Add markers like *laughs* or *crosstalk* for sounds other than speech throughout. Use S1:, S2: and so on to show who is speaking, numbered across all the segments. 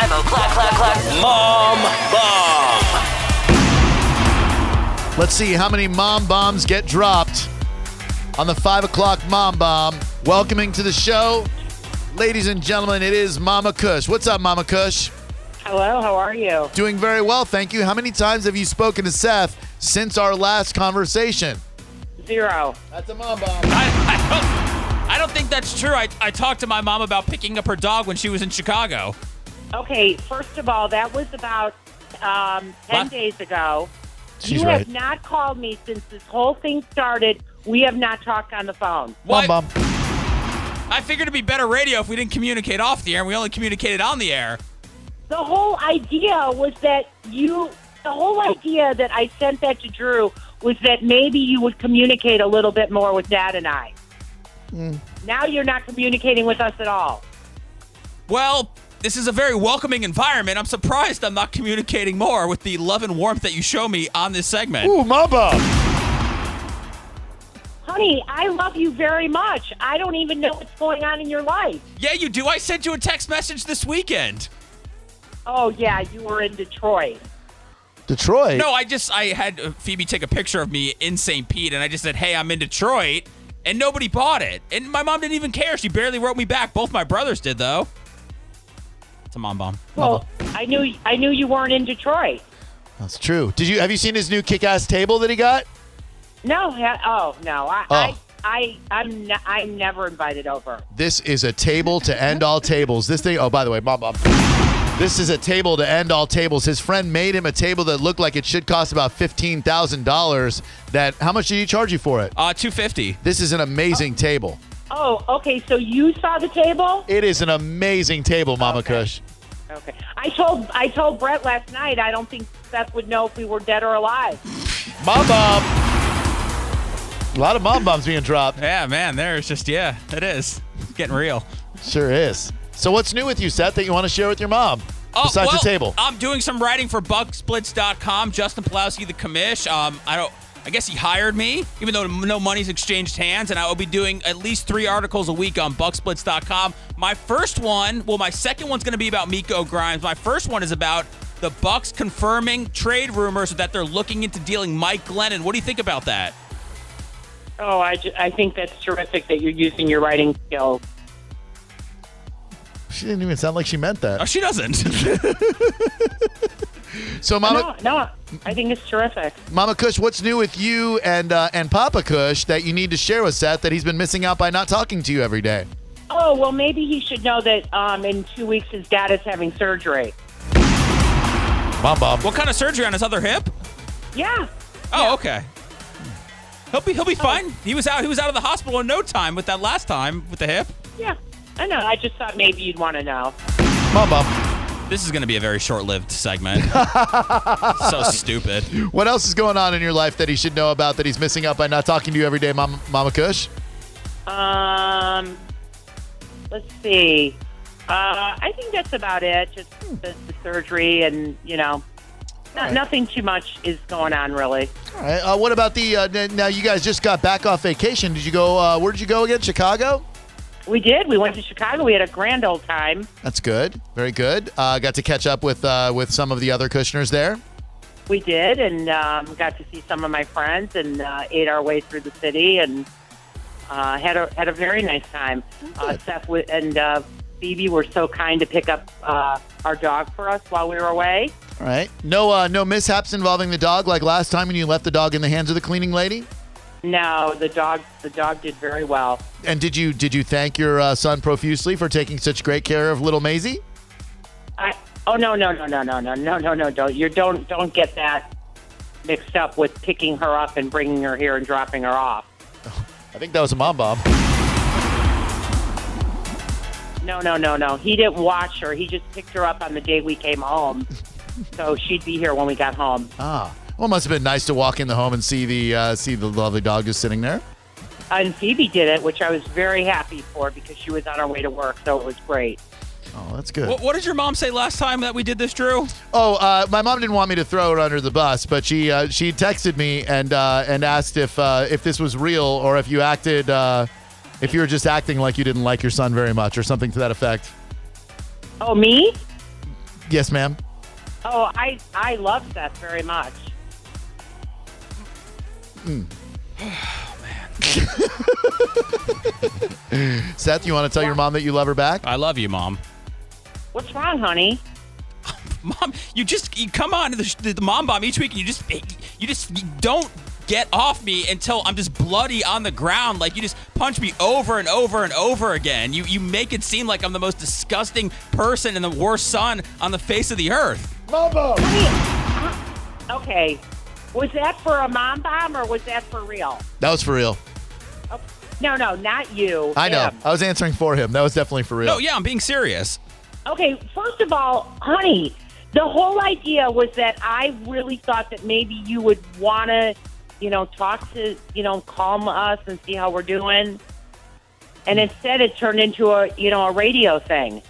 S1: clap, clap. Mom bomb.
S2: Let's see how many mom bombs get dropped on the five o'clock mom bomb. Welcoming to the show, ladies and gentlemen, it is Mama Kush. What's up, Mama Kush?
S3: Hello, how are you?
S2: Doing very well, thank you. How many times have you spoken to Seth since our last conversation?
S3: Zero.
S2: That's a mom bomb.
S4: I, I don't, I don't think that's true. I, I talked to my mom about picking up her dog when she was in Chicago.
S3: Okay, first of all, that was about um, 10
S4: What?
S3: days ago.
S2: She's
S3: you
S2: right.
S3: have not called me since this whole thing started. We have not talked on the phone.
S4: Why-
S2: Mom bomb.
S4: I figured it'd be better radio if we didn't communicate off the air and we only communicated on the air.
S3: The whole idea was that you, the whole idea that I sent that to Drew was that maybe you would communicate a little bit more with Dad and I.
S2: Hmm.
S3: Now you're not communicating with us at all.
S4: Well, this is a very welcoming environment. I'm surprised I'm not communicating more with the love and warmth that you show me on this segment.
S2: Ooh, mom bomb.
S3: Honey, I love you very much. I don't even know what's going on in your life.
S4: Yeah, you do. I sent you a text message this weekend.
S3: Oh, yeah, you were in Detroit.
S2: Detroit.
S4: No, I just I had uh, Phoebe take a picture of me in St. Pete, and I just said, "Hey, I'm in Detroit," and nobody bought it. And my mom didn't even care. She barely wrote me back. Both my brothers did, though. It's a mom bomb.
S3: Well, I knew I knew you weren't in Detroit.
S2: That's true. Did you have you seen his new kick-ass table that he got?
S3: No, ha- oh no, I,
S2: Oh.
S3: I, I, I'm, ne- I'm never invited over.
S2: This is a table to end all tables. This thing, oh, by the way, mom, mom. This is a table to end all tables. His friend made him a table that looked like it should cost about $15,000. That, how much did he charge you for it?
S4: Uh, two fifty.
S2: This is an amazing
S4: Uh,
S2: table.
S3: Oh, okay. So you saw the table?
S2: It is an amazing table, Mama Kush.
S3: Okay. I told, I told Brett last night. I don't think Seth would know if we were dead or alive.
S2: Mom bomb. A lot of mom bombs being dropped.
S4: *laughs* Yeah, man. There's just yeah, it is It's getting real.
S2: Sure is. So, what's new with you, Seth, that you want to share with your mom?
S4: Oh,
S2: besides
S4: well,
S2: the table.
S4: I'm doing some writing for Bucksplits.com. Justin Pulowski, the commish. Um, I don't. I guess he hired me, even though no money's exchanged hands, and I will be doing at least three articles a week on Bucksplits.com. My first one, well, my second one's going to be about Miko Grimes. My first one is about the Bucks confirming trade rumors that they're looking into dealing Mike Glennon. What do you think about that?
S3: Oh, I, ju- I think that's terrific that you're using your writing skills.
S2: she didn't even sound like she meant
S4: Oh,
S2: that.
S4: she doesn't. *laughs*
S2: So, Mama.
S3: No, no, I think it's terrific.
S2: Mama Kush, what's new with you and uh, and Papa Kush that you need to share with Seth that he's been missing out by not talking to you every day?
S3: Oh well, maybe he should know that um, in two weeks his dad is having surgery.
S2: Mom, Bob.
S4: what kind of surgery on his other hip?
S3: Yeah.
S4: Oh, okay. He'll be he'll be fine. He was out he was out of the hospital in no time with that last time with the hip.
S3: Yeah, I know. I just thought maybe you'd want to know.
S2: Mom, Bob.
S4: This is going to be a very short-lived *laughs* segment. so stupid.
S2: What else is going on in your life that he should know about that he's missing out by not talking to you every day, Mama, Mama Kush?
S3: Um, let's see. Uh, I think that's about it. Just the, the surgery, and you know, not, nothing too much is going on really.
S2: All right. Uh, what about the uh, n- now? You guys just got back off vacation. Did you go? Uh, where did you go again? Chicago.
S3: We did. We went to Chicago. We had a grand old time.
S2: That's good. Very good. Uh, got to catch up with uh, with some of the other Kushners there.
S3: We did, and um, got to see some of my friends, and uh, ate our way through the city, and uh, had a had a very nice time. Uh,
S2: Good.
S3: Seth w- and uh, Phoebe were so kind to pick up uh, our dog for us while we were away.
S2: All right. No uh, no mishaps involving the dog like last time when you left the dog in the hands of the cleaning lady.
S3: No, the dog the dog did very well.
S2: And did you did you thank your uh, son profusely for taking such great care of little Maisie?
S3: I oh no no no no no no no no no don't you don't don't get that mixed up with picking her up and bringing her here and dropping her off.
S2: I think that was a mom bomb.
S3: No no no no he didn't watch her. He just picked her up on the day we
S2: *laughs*
S3: came home, so she'd be here when we got home.
S2: Ah, well, it must have been nice to walk in the home and see the uh, see the lovely dog just sitting there.
S3: And Phoebe did it, which I was very happy for because she was on her way to work, so it was great.
S2: Oh, that's good.
S4: What, what did your mom say last time that we did this, Drew?
S2: oh, uh, my mom didn't want me to throw her under the bus, but she uh, she texted me and uh, and asked if uh, if this was real or if you acted uh, if you were just acting like you didn't like your son very much or something to that effect.
S3: Oh me?
S2: Yes, ma'am.
S3: Oh, I I love Seth very much.
S2: Seth, you want to tell your mom that you love her back?
S4: I love you, mom.
S3: What's wrong, honey?
S4: Mom, you just you come on to the, sh- the mom bomb each week, and you just you just you don't get off me until I'm just bloody on the ground. Like you just punch me over and over and over again. You you make it seem like I'm the most disgusting person and the worst son on the face of the earth.
S3: Okay, was that for a mom bomb or was that for real?
S2: That was for real.
S3: Oh, no, no, not you.
S2: I know.
S3: him.
S2: I was answering for him. That was definitely for real.
S4: No, yeah, I'm being serious.
S3: Okay, first of all, honey, the whole idea was that I really thought that maybe you would want to, you know, talk to, you know, calm us and see how we're doing. And instead, it turned into a, you know, a radio thing.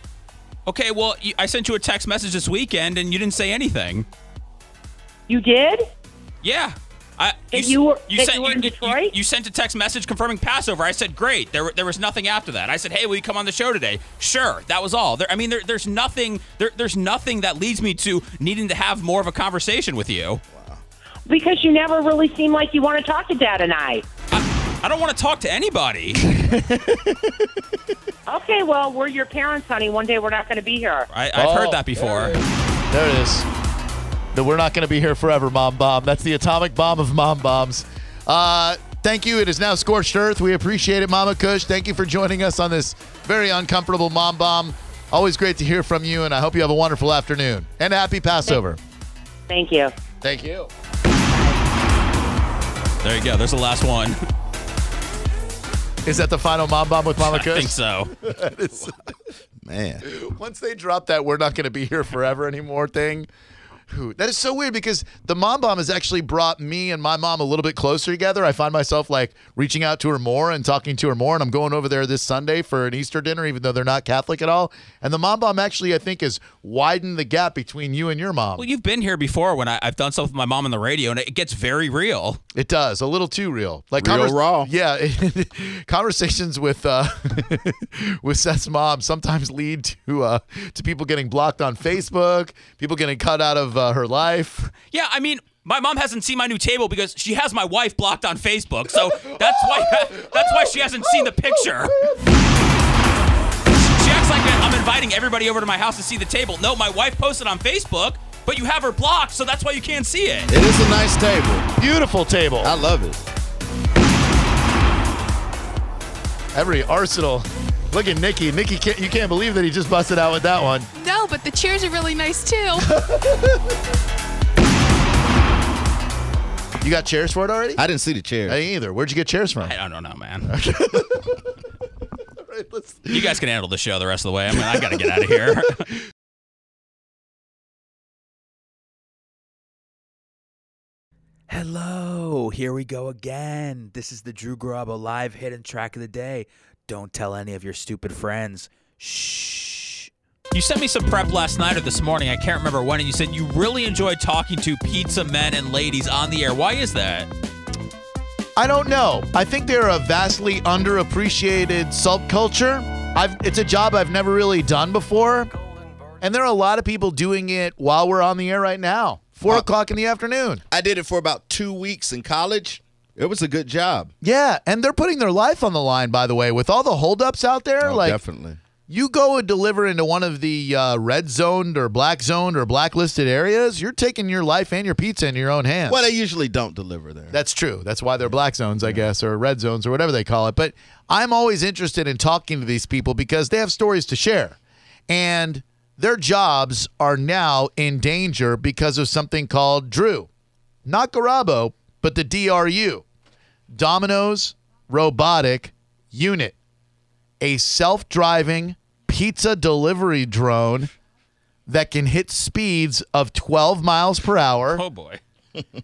S4: Okay, well, you, I sent you a text message this weekend, and you didn't say anything.
S3: You did?
S4: Yeah. I,
S3: That
S4: s-
S3: you were- that you were in
S4: you-
S3: Detroit?
S4: You, sent a text message confirming Passover. I said, "Great." There, were- there was nothing after that. I said, "Hey, will you come on the show today?" Sure. That was all. There, I mean, there, there's nothing. There, there's nothing that leads me to needing to have more of a conversation with you.
S3: Because you never really seemed like you want to talk to Dad and I.
S4: I don't want to talk to anybody.
S3: Okay, well, we're your parents, honey. One day we're not going to be here.
S4: I, I've
S2: Oh,
S4: heard that before.
S2: There it is. That we're not going to be here forever, Mom Bomb. That's the atomic bomb of Mom Bombs. Uh, thank you. It is now scorched earth. We appreciate it, Mama Kush. Thank you for joining us on this very uncomfortable Mom Bomb. Always great to hear from you, and I hope you have a wonderful afternoon and a happy Passover.
S3: Thank you.
S2: Thank you.
S4: There you go. There's the last one. *laughs*
S2: Is that the final Mom Bomb with Mama
S4: *laughs* I think
S2: Kush?
S4: so.
S5: Man.
S2: *laughs* Once they drop that "We're not going to be here forever anymore" thing, whew, that is so weird because the mom bomb has actually brought me and my mom a little bit closer together. I find myself like reaching out to her more and talking to her more, and I'm going over there this Sunday for an Easter dinner, even though they're not Catholic at all. And the mom bomb actually, I think, has widened the gap between you and your mom.
S4: Well, you've been here before when I, I've done stuff with my mom on the radio, and it gets very real.
S2: It does a little too real, like
S5: Real raw.
S2: Yeah, *laughs* conversations with uh, *laughs* with Seth's mom sometimes lead to uh, to people getting blocked on Facebook, people getting cut out of uh, her life.
S4: Yeah, I mean, my mom hasn't seen my new table because she has my wife blocked on Facebook. So that's why *laughs* that's why she hasn't seen the picture. She acts like I'm inviting everybody over to my house to see the table. No, my wife posted on Facebook, but you have her blocked, so that's why you can't see it.
S5: It is a nice table.
S2: Beautiful table.
S5: I love it.
S2: Every arsenal. Look at Nikki. Nikki, can't, you can't believe that he just busted out with that one.
S6: No, but the chairs are really nice too.
S2: You got chairs for it already?
S5: I didn't see the chair.
S2: I didn't either. Where'd you get chairs from?
S4: I don't know,
S7: *laughs*
S4: man. You guys can handle the show the rest of the way. I mean, I gotta get out of here.
S7: Hello, here we go again. This is the Drew Garabo live hidden track of the day. Don't tell any of your stupid friends. Shh.
S4: You sent me some prep last night or this morning. I can't remember when. And you said you really enjoy talking to pizza men and ladies on the air. Why is that?
S2: I don't know. I think they're a vastly underappreciated subculture. I've, it's a job I've never really done before. And there are a lot of people doing it while we're on the air right now.
S5: Uh,
S2: Four o'clock in the afternoon.
S5: I did it for about two weeks in college. It was a good job.
S2: Yeah. And they're putting their life on the line, by the way, with all the holdups out there.
S5: Oh,
S2: like,
S5: definitely.
S2: you go and deliver into one of the uh, red zoned or black zoned or blacklisted areas, you're taking your life and your pizza in your own hands.
S5: Well, they usually don't deliver there.
S2: That's true. That's why they're black zones, I guess, or red zones, or whatever they call it. But I'm always interested in talking to these people because they have stories to share. And their jobs are now in danger because of something called Drew. Not Garabo, but the DRU, Domino's Robotic Unit, a self driving pizza delivery drone that can hit speeds of 12 miles per
S4: *laughs*
S2: hour
S4: Oh boy.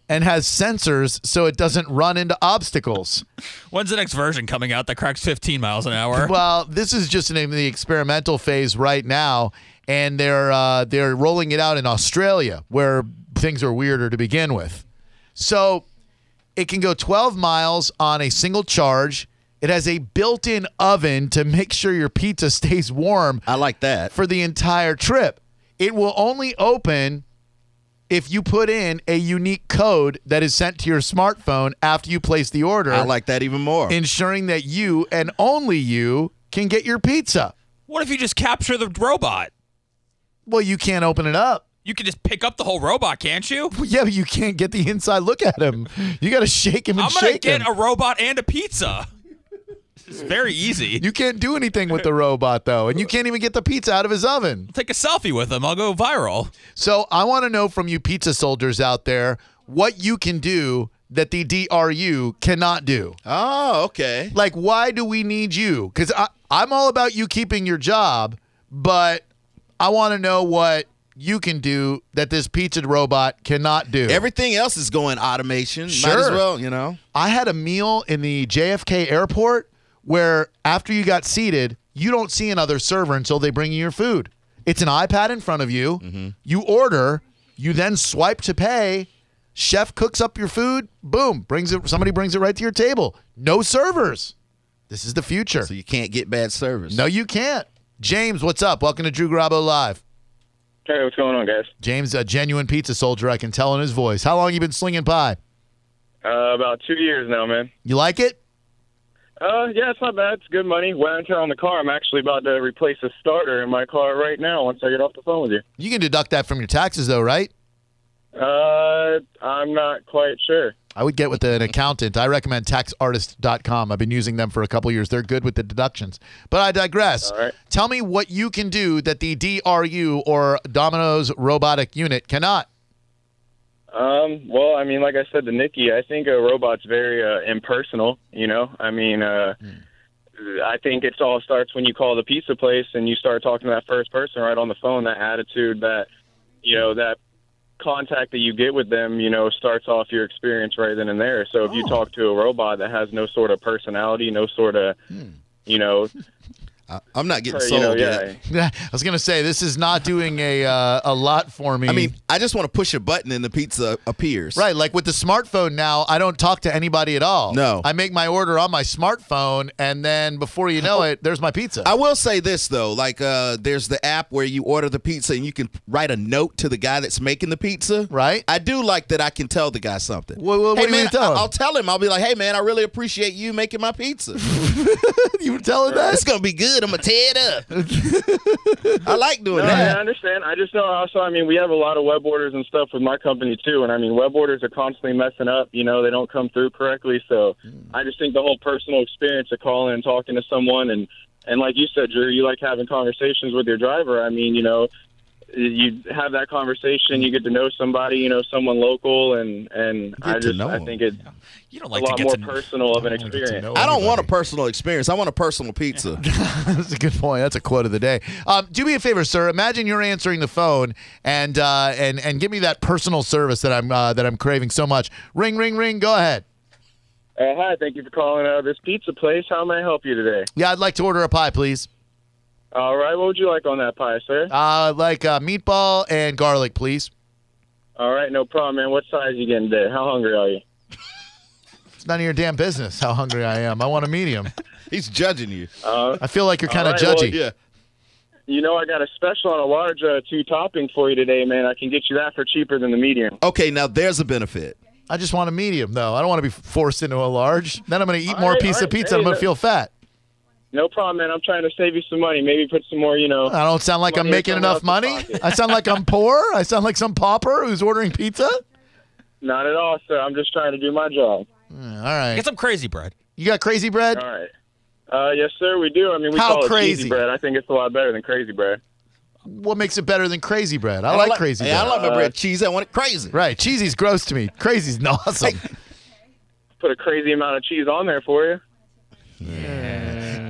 S2: and has sensors so it doesn't run into
S5: *laughs*
S2: obstacles.
S4: When's the next version coming out that cracks 15 miles an hour?
S2: well, this is just in the experimental phase right now, and they're uh, they're rolling it out in Australia where things are weirder to begin with. So it can go 12 miles on a single charge. It has a built-in oven to make sure your pizza *laughs* stays warm
S5: I like that.
S2: for the entire trip. It will only open if you put in a unique code that is sent to your smartphone after you place the order,
S5: I like that even more.
S2: ensuring that you and only you can get your pizza.
S4: What if you just capture the robot?
S2: Well, you can't open it up. *laughs*
S4: You can just pick up the whole robot, can't you?
S2: Well, yeah, but you can't get the inside look at him. You got to shake him and
S4: I'm gonna
S2: shake
S4: get
S2: him.
S4: a robot and a pizza. It's very easy.
S2: you can't do anything with the robot though, and you can't even get the pizza out of his oven.
S4: Take a selfie with him. I'll go viral.
S2: So I want to know from you pizza soldiers out there what you can do that the DRU cannot do.
S5: oh, okay.
S2: Like, why do we need you? Because I'm all about you keeping your job, but I want to know what you can do that this pizza robot cannot do.
S5: Everything else is going automation. Might as
S2: Sure.
S5: well, you know.
S2: I had a meal in the JFK airport where after you got seated, you don't see another server until they bring you your food. It's an iPad in front of you.
S5: Mm-hmm.
S2: You order, you then swipe to pay. Chef cooks up your food. Boom, brings it. Somebody brings it right to your table. No servers. This is the future.
S5: So you can't get bad service.
S2: No, you can't. James, what's up? Welcome to Drew Garabo Live.
S8: Hey, what's going on, guys?
S2: James, a genuine pizza soldier. I can tell in his voice. How long you been slinging pie?
S8: Uh, about two years now, man.
S2: You like it?
S8: Uh, yeah, it's not bad. It's good money. Wear and tear on the car. I'm actually about to replace a starter in my car right now. Once I get off the phone with you.
S2: You can deduct that from your taxes, though, right?
S8: Uh, I'm not quite sure.
S2: I would get with an accountant. I recommend taxartist.com. I've been using them for a couple years. They're good with the deductions. But I digress.
S8: All right.
S2: Tell me what you can do that the DRU or Domino's robotic unit cannot. *laughs*
S8: Um, well, I mean, like I said to Nikki, I think a robot's very uh, impersonal. You know, I mean, uh, I think it all starts when you call the pizza place and you start talking to that first person right on the phone. That attitude, that you know, that contact that you get with them, you know, starts off your experience right then and there. So if you talk to a robot that has no sort of personality, no sort of, you know,
S5: I'm not getting
S8: you
S5: sold
S8: know,
S5: yet.
S8: yeah.
S2: I was going to say, this is not doing a, uh, a lot for me.
S5: I mean, I just want to push a button and the pizza appears.
S2: Right, like with the smartphone now, I don't talk to anybody at all.
S5: No.
S2: I make my order on my smartphone, and then before you know it, there's my pizza.
S5: Oh. I will say this though, like uh, there's the app where you order the pizza and you can write a note to the guy that's making the pizza.
S2: Right.
S5: I do like that. I can tell the guy something.
S2: Wha- wha- what
S5: hey
S2: do you
S5: man,
S2: mean tell
S5: I-
S2: him?
S5: I'll tell him. I'll be like, hey man, I really appreciate you making my pizza.
S2: *laughs* you were telling that?
S5: it's gonna be good. I'm gonna tear it
S2: *laughs*
S5: up. I like doing
S4: Oh,
S8: No, I
S5: that.
S8: understand. I just know also, I mean, we have a lot of web orders and stuff with my company too. And I mean, web orders are constantly messing up. You know, they don't come through correctly. So
S4: Hmm.
S8: I just think the whole personal experience of calling and talking to someone and, and like you said, Drew, you like having conversations with your driver. I mean, you know, you have that conversation, you get to know somebody, you know, someone local. And, and I
S5: to
S8: just,
S5: know
S8: I
S5: 'em.
S8: think it's
S4: You don't
S8: a
S4: like to *laughs*
S8: lot
S4: get
S8: more
S4: to
S8: personal of an experience.
S5: I don't want a personal experience. I want a personal pizza.
S2: *laughs* That's a good point. That's a quote of the day. Um, do me a favor, sir. Imagine you're answering the phone and uh, and and give me that personal service that I'm uh, that I'm craving so much. Ring, ring, ring. Go ahead.
S8: Uh, hi, thank you for calling uh, this pizza place. How may I help you today?
S2: Yeah, I'd like to order a pie, please.
S8: All right, what would you like on that pie, sir?
S2: Uh, I'd like uh, meatball and garlic, please.
S8: All right, no problem, man. What size you getting today? How hungry are you?
S2: It's none of your damn business how hungry I am. I want a medium.
S5: He's judging you.
S2: I feel like you're kind of
S8: All right, well,
S2: judgy.
S5: Yeah.
S8: You know, I got a special on a large uh, two topping for you today, man. I can get you that for cheaper than the medium.
S5: Okay. Now there's a benefit.
S2: I just want a medium, though. I don't want to be forced into a large. Then I'm going to eat
S8: All
S2: more
S8: right,
S2: piece
S8: all
S2: of
S8: right.
S2: pizza.
S8: Hey,
S2: I'm going to
S8: that-
S2: feel fat.
S8: No problem, man. I'm trying to save you some money. Maybe put some more, you know.
S2: I don't sound like I'm
S8: Money
S2: making
S8: coming out
S2: enough
S8: the
S2: money.
S8: pocket.
S2: I sound like I'm poor. I sound like some pauper who's ordering pizza.
S8: Not at all, sir. I'm just trying to do my job.
S2: All right.
S4: Get some crazy bread.
S2: You got crazy bread?
S8: All right. Uh, yes, sir. We do. I mean, we
S2: How
S8: call it
S2: crazy?
S8: cheesy bread. I think it's a lot better than crazy bread.
S2: What makes it better than crazy bread? I,
S5: I
S2: like,
S5: don't
S2: crazy
S5: Hey,
S2: bread.
S5: I don't like my bread cheesy. I want it crazy.
S2: right. Cheesy's gross to me. Crazy's n- awesome.
S5: *laughs*
S8: Put a crazy amount of cheese on there for you.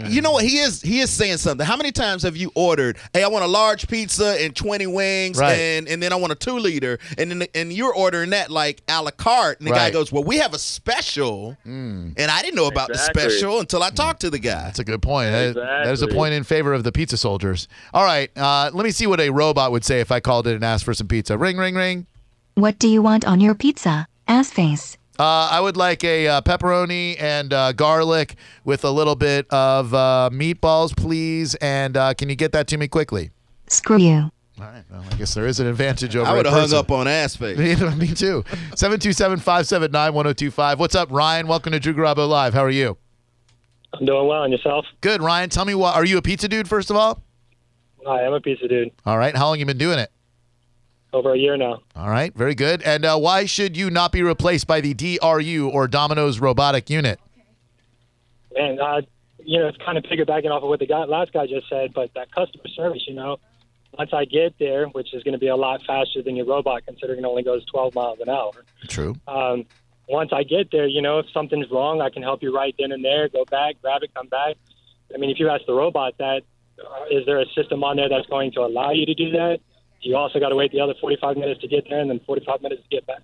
S5: You know what? He is he is saying something. How many times have you ordered? Hey, I want a large pizza and twenty wings,
S2: Right.
S5: and and then I want a two liter, and then and you're ordering that like a la carte, and the guy
S2: Right. Mm.
S5: goes, "Well, we have a special," and I didn't know about
S8: Exactly.
S5: the special until I talked to the guy.
S2: That's a good point. That- that is a
S8: Exactly.
S2: point in favor of the pizza soldiers. All right. Uh, let me see what a robot would say if I called it and asked for some pizza. Ring, ring, ring.
S9: What do you want on your pizza? Ass face.
S2: Uh, I would like a uh, pepperoni and uh, garlic with a little bit of uh, meatballs, please. And uh, can you get that to me quickly?
S9: Screw you.
S2: All right. Well, I guess there is an advantage over.
S5: I
S2: a
S5: would have hung
S2: person.
S5: up on ass face.
S2: *laughs* Yeah, Me too. 727-579-1025. What's up, Ryan? Welcome to Drew Garabo Live. How are you?
S8: I'm doing well on yourself.
S2: Good, Ryan. Tell me what. Are you a pizza dude? First of all.
S8: I am a pizza dude.
S2: All right. How long you been doing it?
S8: Over a year now.
S2: All right. Very good. And uh, why should you not be replaced by the DRU or Domino's robotic unit?
S8: Man, uh, you know, it's kind of piggybacking off of what the guy, last guy just said, but that customer service, you know, once I get there, which is going to be a lot faster than your robot, considering it only goes 12 miles an hour.
S2: True.
S8: Um, once I get there, you know, if something's wrong, I can help you right then and there. Go back, grab it, come back. I mean, if you ask the robot that, uh, is there a system on there that's going to allow you to do that? You also got to wait the other 45 minutes to get there and then 45 minutes to get back.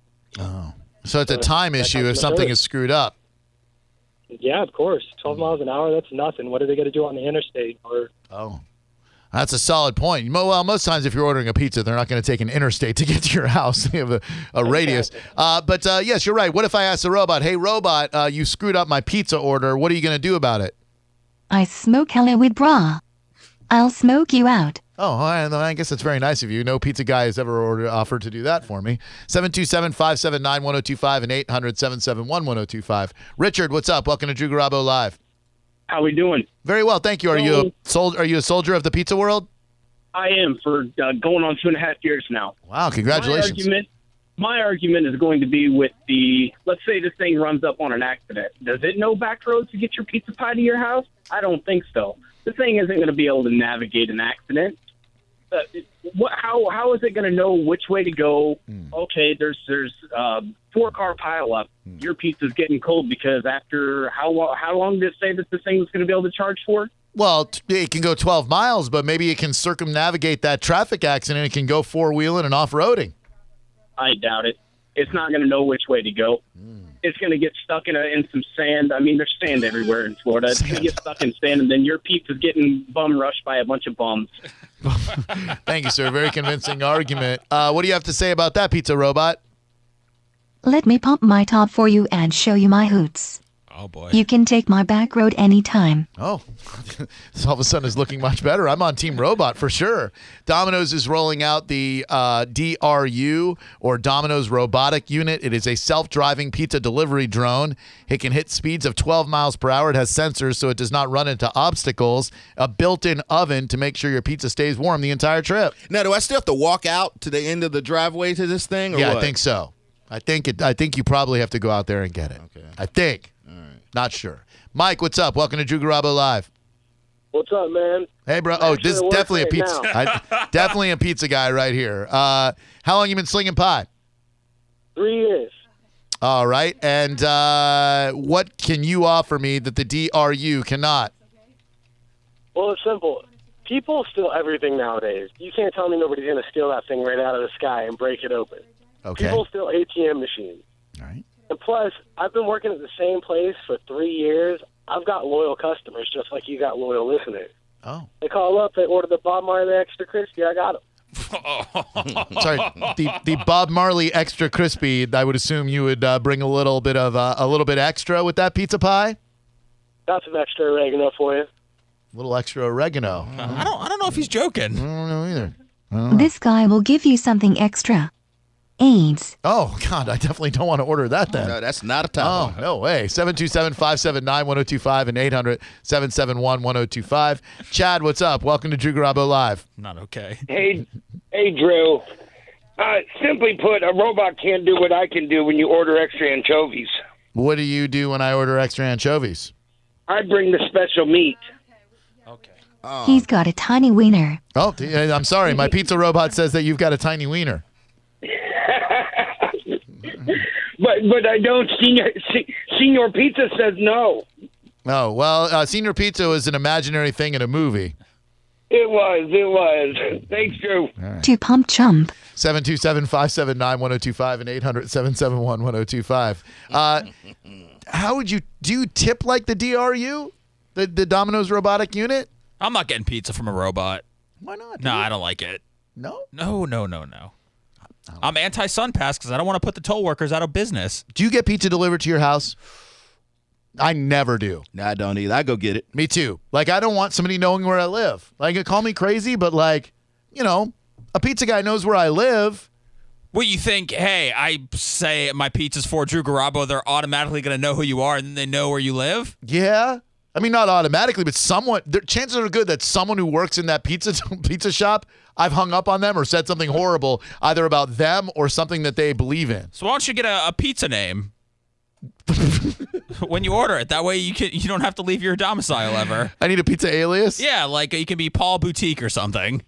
S2: So it's a time issue if something is screwed up.
S8: Yeah, of course. 12 miles an hour, that's nothing. What are they going to do on the interstate? Or
S2: Oh. That's a solid point. Mo- Well, most times if you're ordering a pizza, they're not going to take an interstate to get to your *laughs* house. They have a, a radius. Uh, but uh, yes, you're right. What if I ask the robot, hey, robot, uh, you screwed up my pizza order. What are you going to do about it?
S9: I smoke hella with bra. I'll smoke you out.
S2: Oh, all right, then I guess that's very nice of you. No pizza guy has ever ordered, offered to do that for me. 727 579 1025 and 800 771 1025. Richard, what's up? Welcome to Drew Garabo Live.
S10: How we doing?
S2: Very well. Thank you. Are you a, sol- are you a soldier of the pizza world?
S10: I am for uh, going on two and a half years now.
S2: Wow, congratulations.
S10: My argument, my argument is going to be with the let's say this thing runs up on an accident. Does it know back roads to get your pizza pie to your house? I don't think so. The thing isn't going to be able to navigate an accident. Uh, it- what, how how is it going to know which way to go? Okay, there's there's um, four car pileup. Your pizza's getting cold because after how lo- how long did it say that this thing was going to be able to charge for?
S2: Well, t- it can go 12 miles, but maybe it can circumnavigate that traffic accident. It can go four wheeling and off roading.
S10: I doubt it. It's not going to know which way to go. It's going to get stuck in a, in some sand. I mean, there's sand everywhere in Florida. It's going to get stuck in sand, and then your pizza's getting bum rushed by a bunch of bums.
S2: Thank you, sir. Very convincing *laughs* argument. Uh, what do you have to say about that, pizza robot?
S9: Let me pump my top for you and show you my hoots.
S4: Oh boy.
S9: You can take my back road anytime.
S2: Oh, *laughs* this all of a sudden is looking much better. I'm on Team Robot for sure. Domino's is rolling out the uh, DRU or Domino's Robotic Unit. It is a self driving pizza delivery drone. It can hit speeds of 12 miles per hour. It has sensors so it does not run into obstacles, a built in oven to make sure your pizza stays warm the entire trip.
S5: Now, do I still have to walk out to the end of the driveway to this thing? Or
S2: yeah,
S5: what?
S2: I think so. I think it. I think you probably have to go out there and get it. Okay. I think. All right. Not sure. Mike, what's up? Welcome to Drew Garabo Live.
S8: What's up, man?
S2: Hey, bro. Oh,
S8: sure
S2: this is
S8: it works
S2: definitely a
S8: right
S2: pizza.
S8: *laughs*
S2: I, definitely a pizza guy right here. Uh, how long you been slinging pie?
S8: Three years.
S2: All right. And uh, what can you offer me that the DRU cannot?
S8: Well, it's simple. People steal everything nowadays. You can't tell me nobody's going to steal that thing right out of the sky and break it open.
S2: Okay.
S8: People steal ATM machines.
S2: All right.
S8: And plus, I've been working at the same place for three years. I've got loyal customers, just like you got loyal listeners.
S2: Oh,
S8: They call up, they order the Bob Marley Extra Crispy. I got 'em.
S2: sorry. the the Bob Marley extra crispy. I would assume you would uh, bring a little bit of uh, a little bit extra with that pizza pie.
S8: Got some extra oregano for you.
S2: A little extra oregano.
S4: I don't I don't know if he's joking.
S2: I don't know either.
S9: This guy will give you something extra. AIDS.
S2: Oh, God, I definitely don't want to order that then.
S5: No, that's not a
S2: Oh, *laughs*
S5: top.
S2: no way. 727 579 1025 and 800 771 1025. Chad, what's up? Welcome to Drew Garabo Live.
S4: Not okay.
S11: Hey, hey, Drew. Uh, simply put, a robot can't do what I can do when you order extra anchovies.
S2: What do you do when I order extra anchovies?
S11: I bring the special meat.
S9: He's got a tiny wiener.
S2: Oh, d- I'm sorry. My pizza robot says that you've got a tiny wiener.
S11: But but I don't. Senior *laughs* Se- Senior Pizza says no.
S2: Oh, well, uh, Senior Pizza is an imaginary thing in a movie.
S11: It was. It was. Thanks, Drew.
S9: To pump chump.
S2: 727 579 1025 and 800 771 1025. Uh, How would you do you tip like the DRU, the, the Domino's robotic unit?
S4: I'm not getting pizza from a robot.
S2: Why not? dude?
S4: No, I don't like it.
S2: No.
S4: No, no, no, no. I'm anti SunPass because I don't want to put the toll workers out of business.
S2: Do you get pizza delivered to your house? I never do.
S5: No, I don't either. I go get it.
S2: Me too. Like I don't want somebody knowing where I live. Like call me crazy, but like, you know, A pizza guy knows where I live.
S4: Well, you think, hey, I say my pizza's for Drew Garabo, they're automatically going to know who you are, and then they know where you live.
S2: Yeah. I mean, not automatically, but someone. There, chances are good that someone who works in that pizza *laughs* pizza shop, I've hung up on them or said something horrible, either about them or something that they believe in.
S4: So why don't you get a, a pizza name *laughs* when you order it? That way you can you don't have to leave your domicile
S2: *laughs*
S4: ever.
S2: I need a pizza alias.
S4: Yeah, like you can be Paul Boutique or something.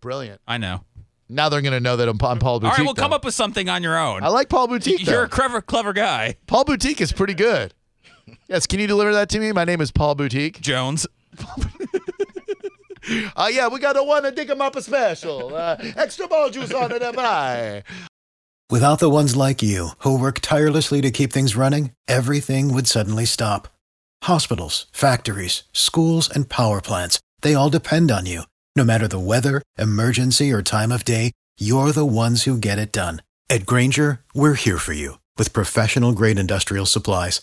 S2: Brilliant.
S4: I know.
S2: Now they're gonna know that I'm, I'm Paul Boutique.
S4: All right, well,
S2: though.
S4: come up with something on your own.
S2: I like Paul Boutique.
S4: You're a
S2: though.
S4: clever, clever guy,
S2: Paul Boutique is pretty *laughs* good. Yes, can you deliver that to me? My name is Paul Boutique.
S4: Jones.
S2: Uh, yeah, we got a one a dick 'em up a special. Uh, extra ball juice on it, am I?
S5: Without the ones like you, who work tirelessly to keep things running, everything would suddenly stop. Hospitals, factories, schools, and power plants, they all depend on you. No matter the weather, emergency, or time of day, you're the ones who get it done. At Granger, we're here for you with professional grade industrial supplies.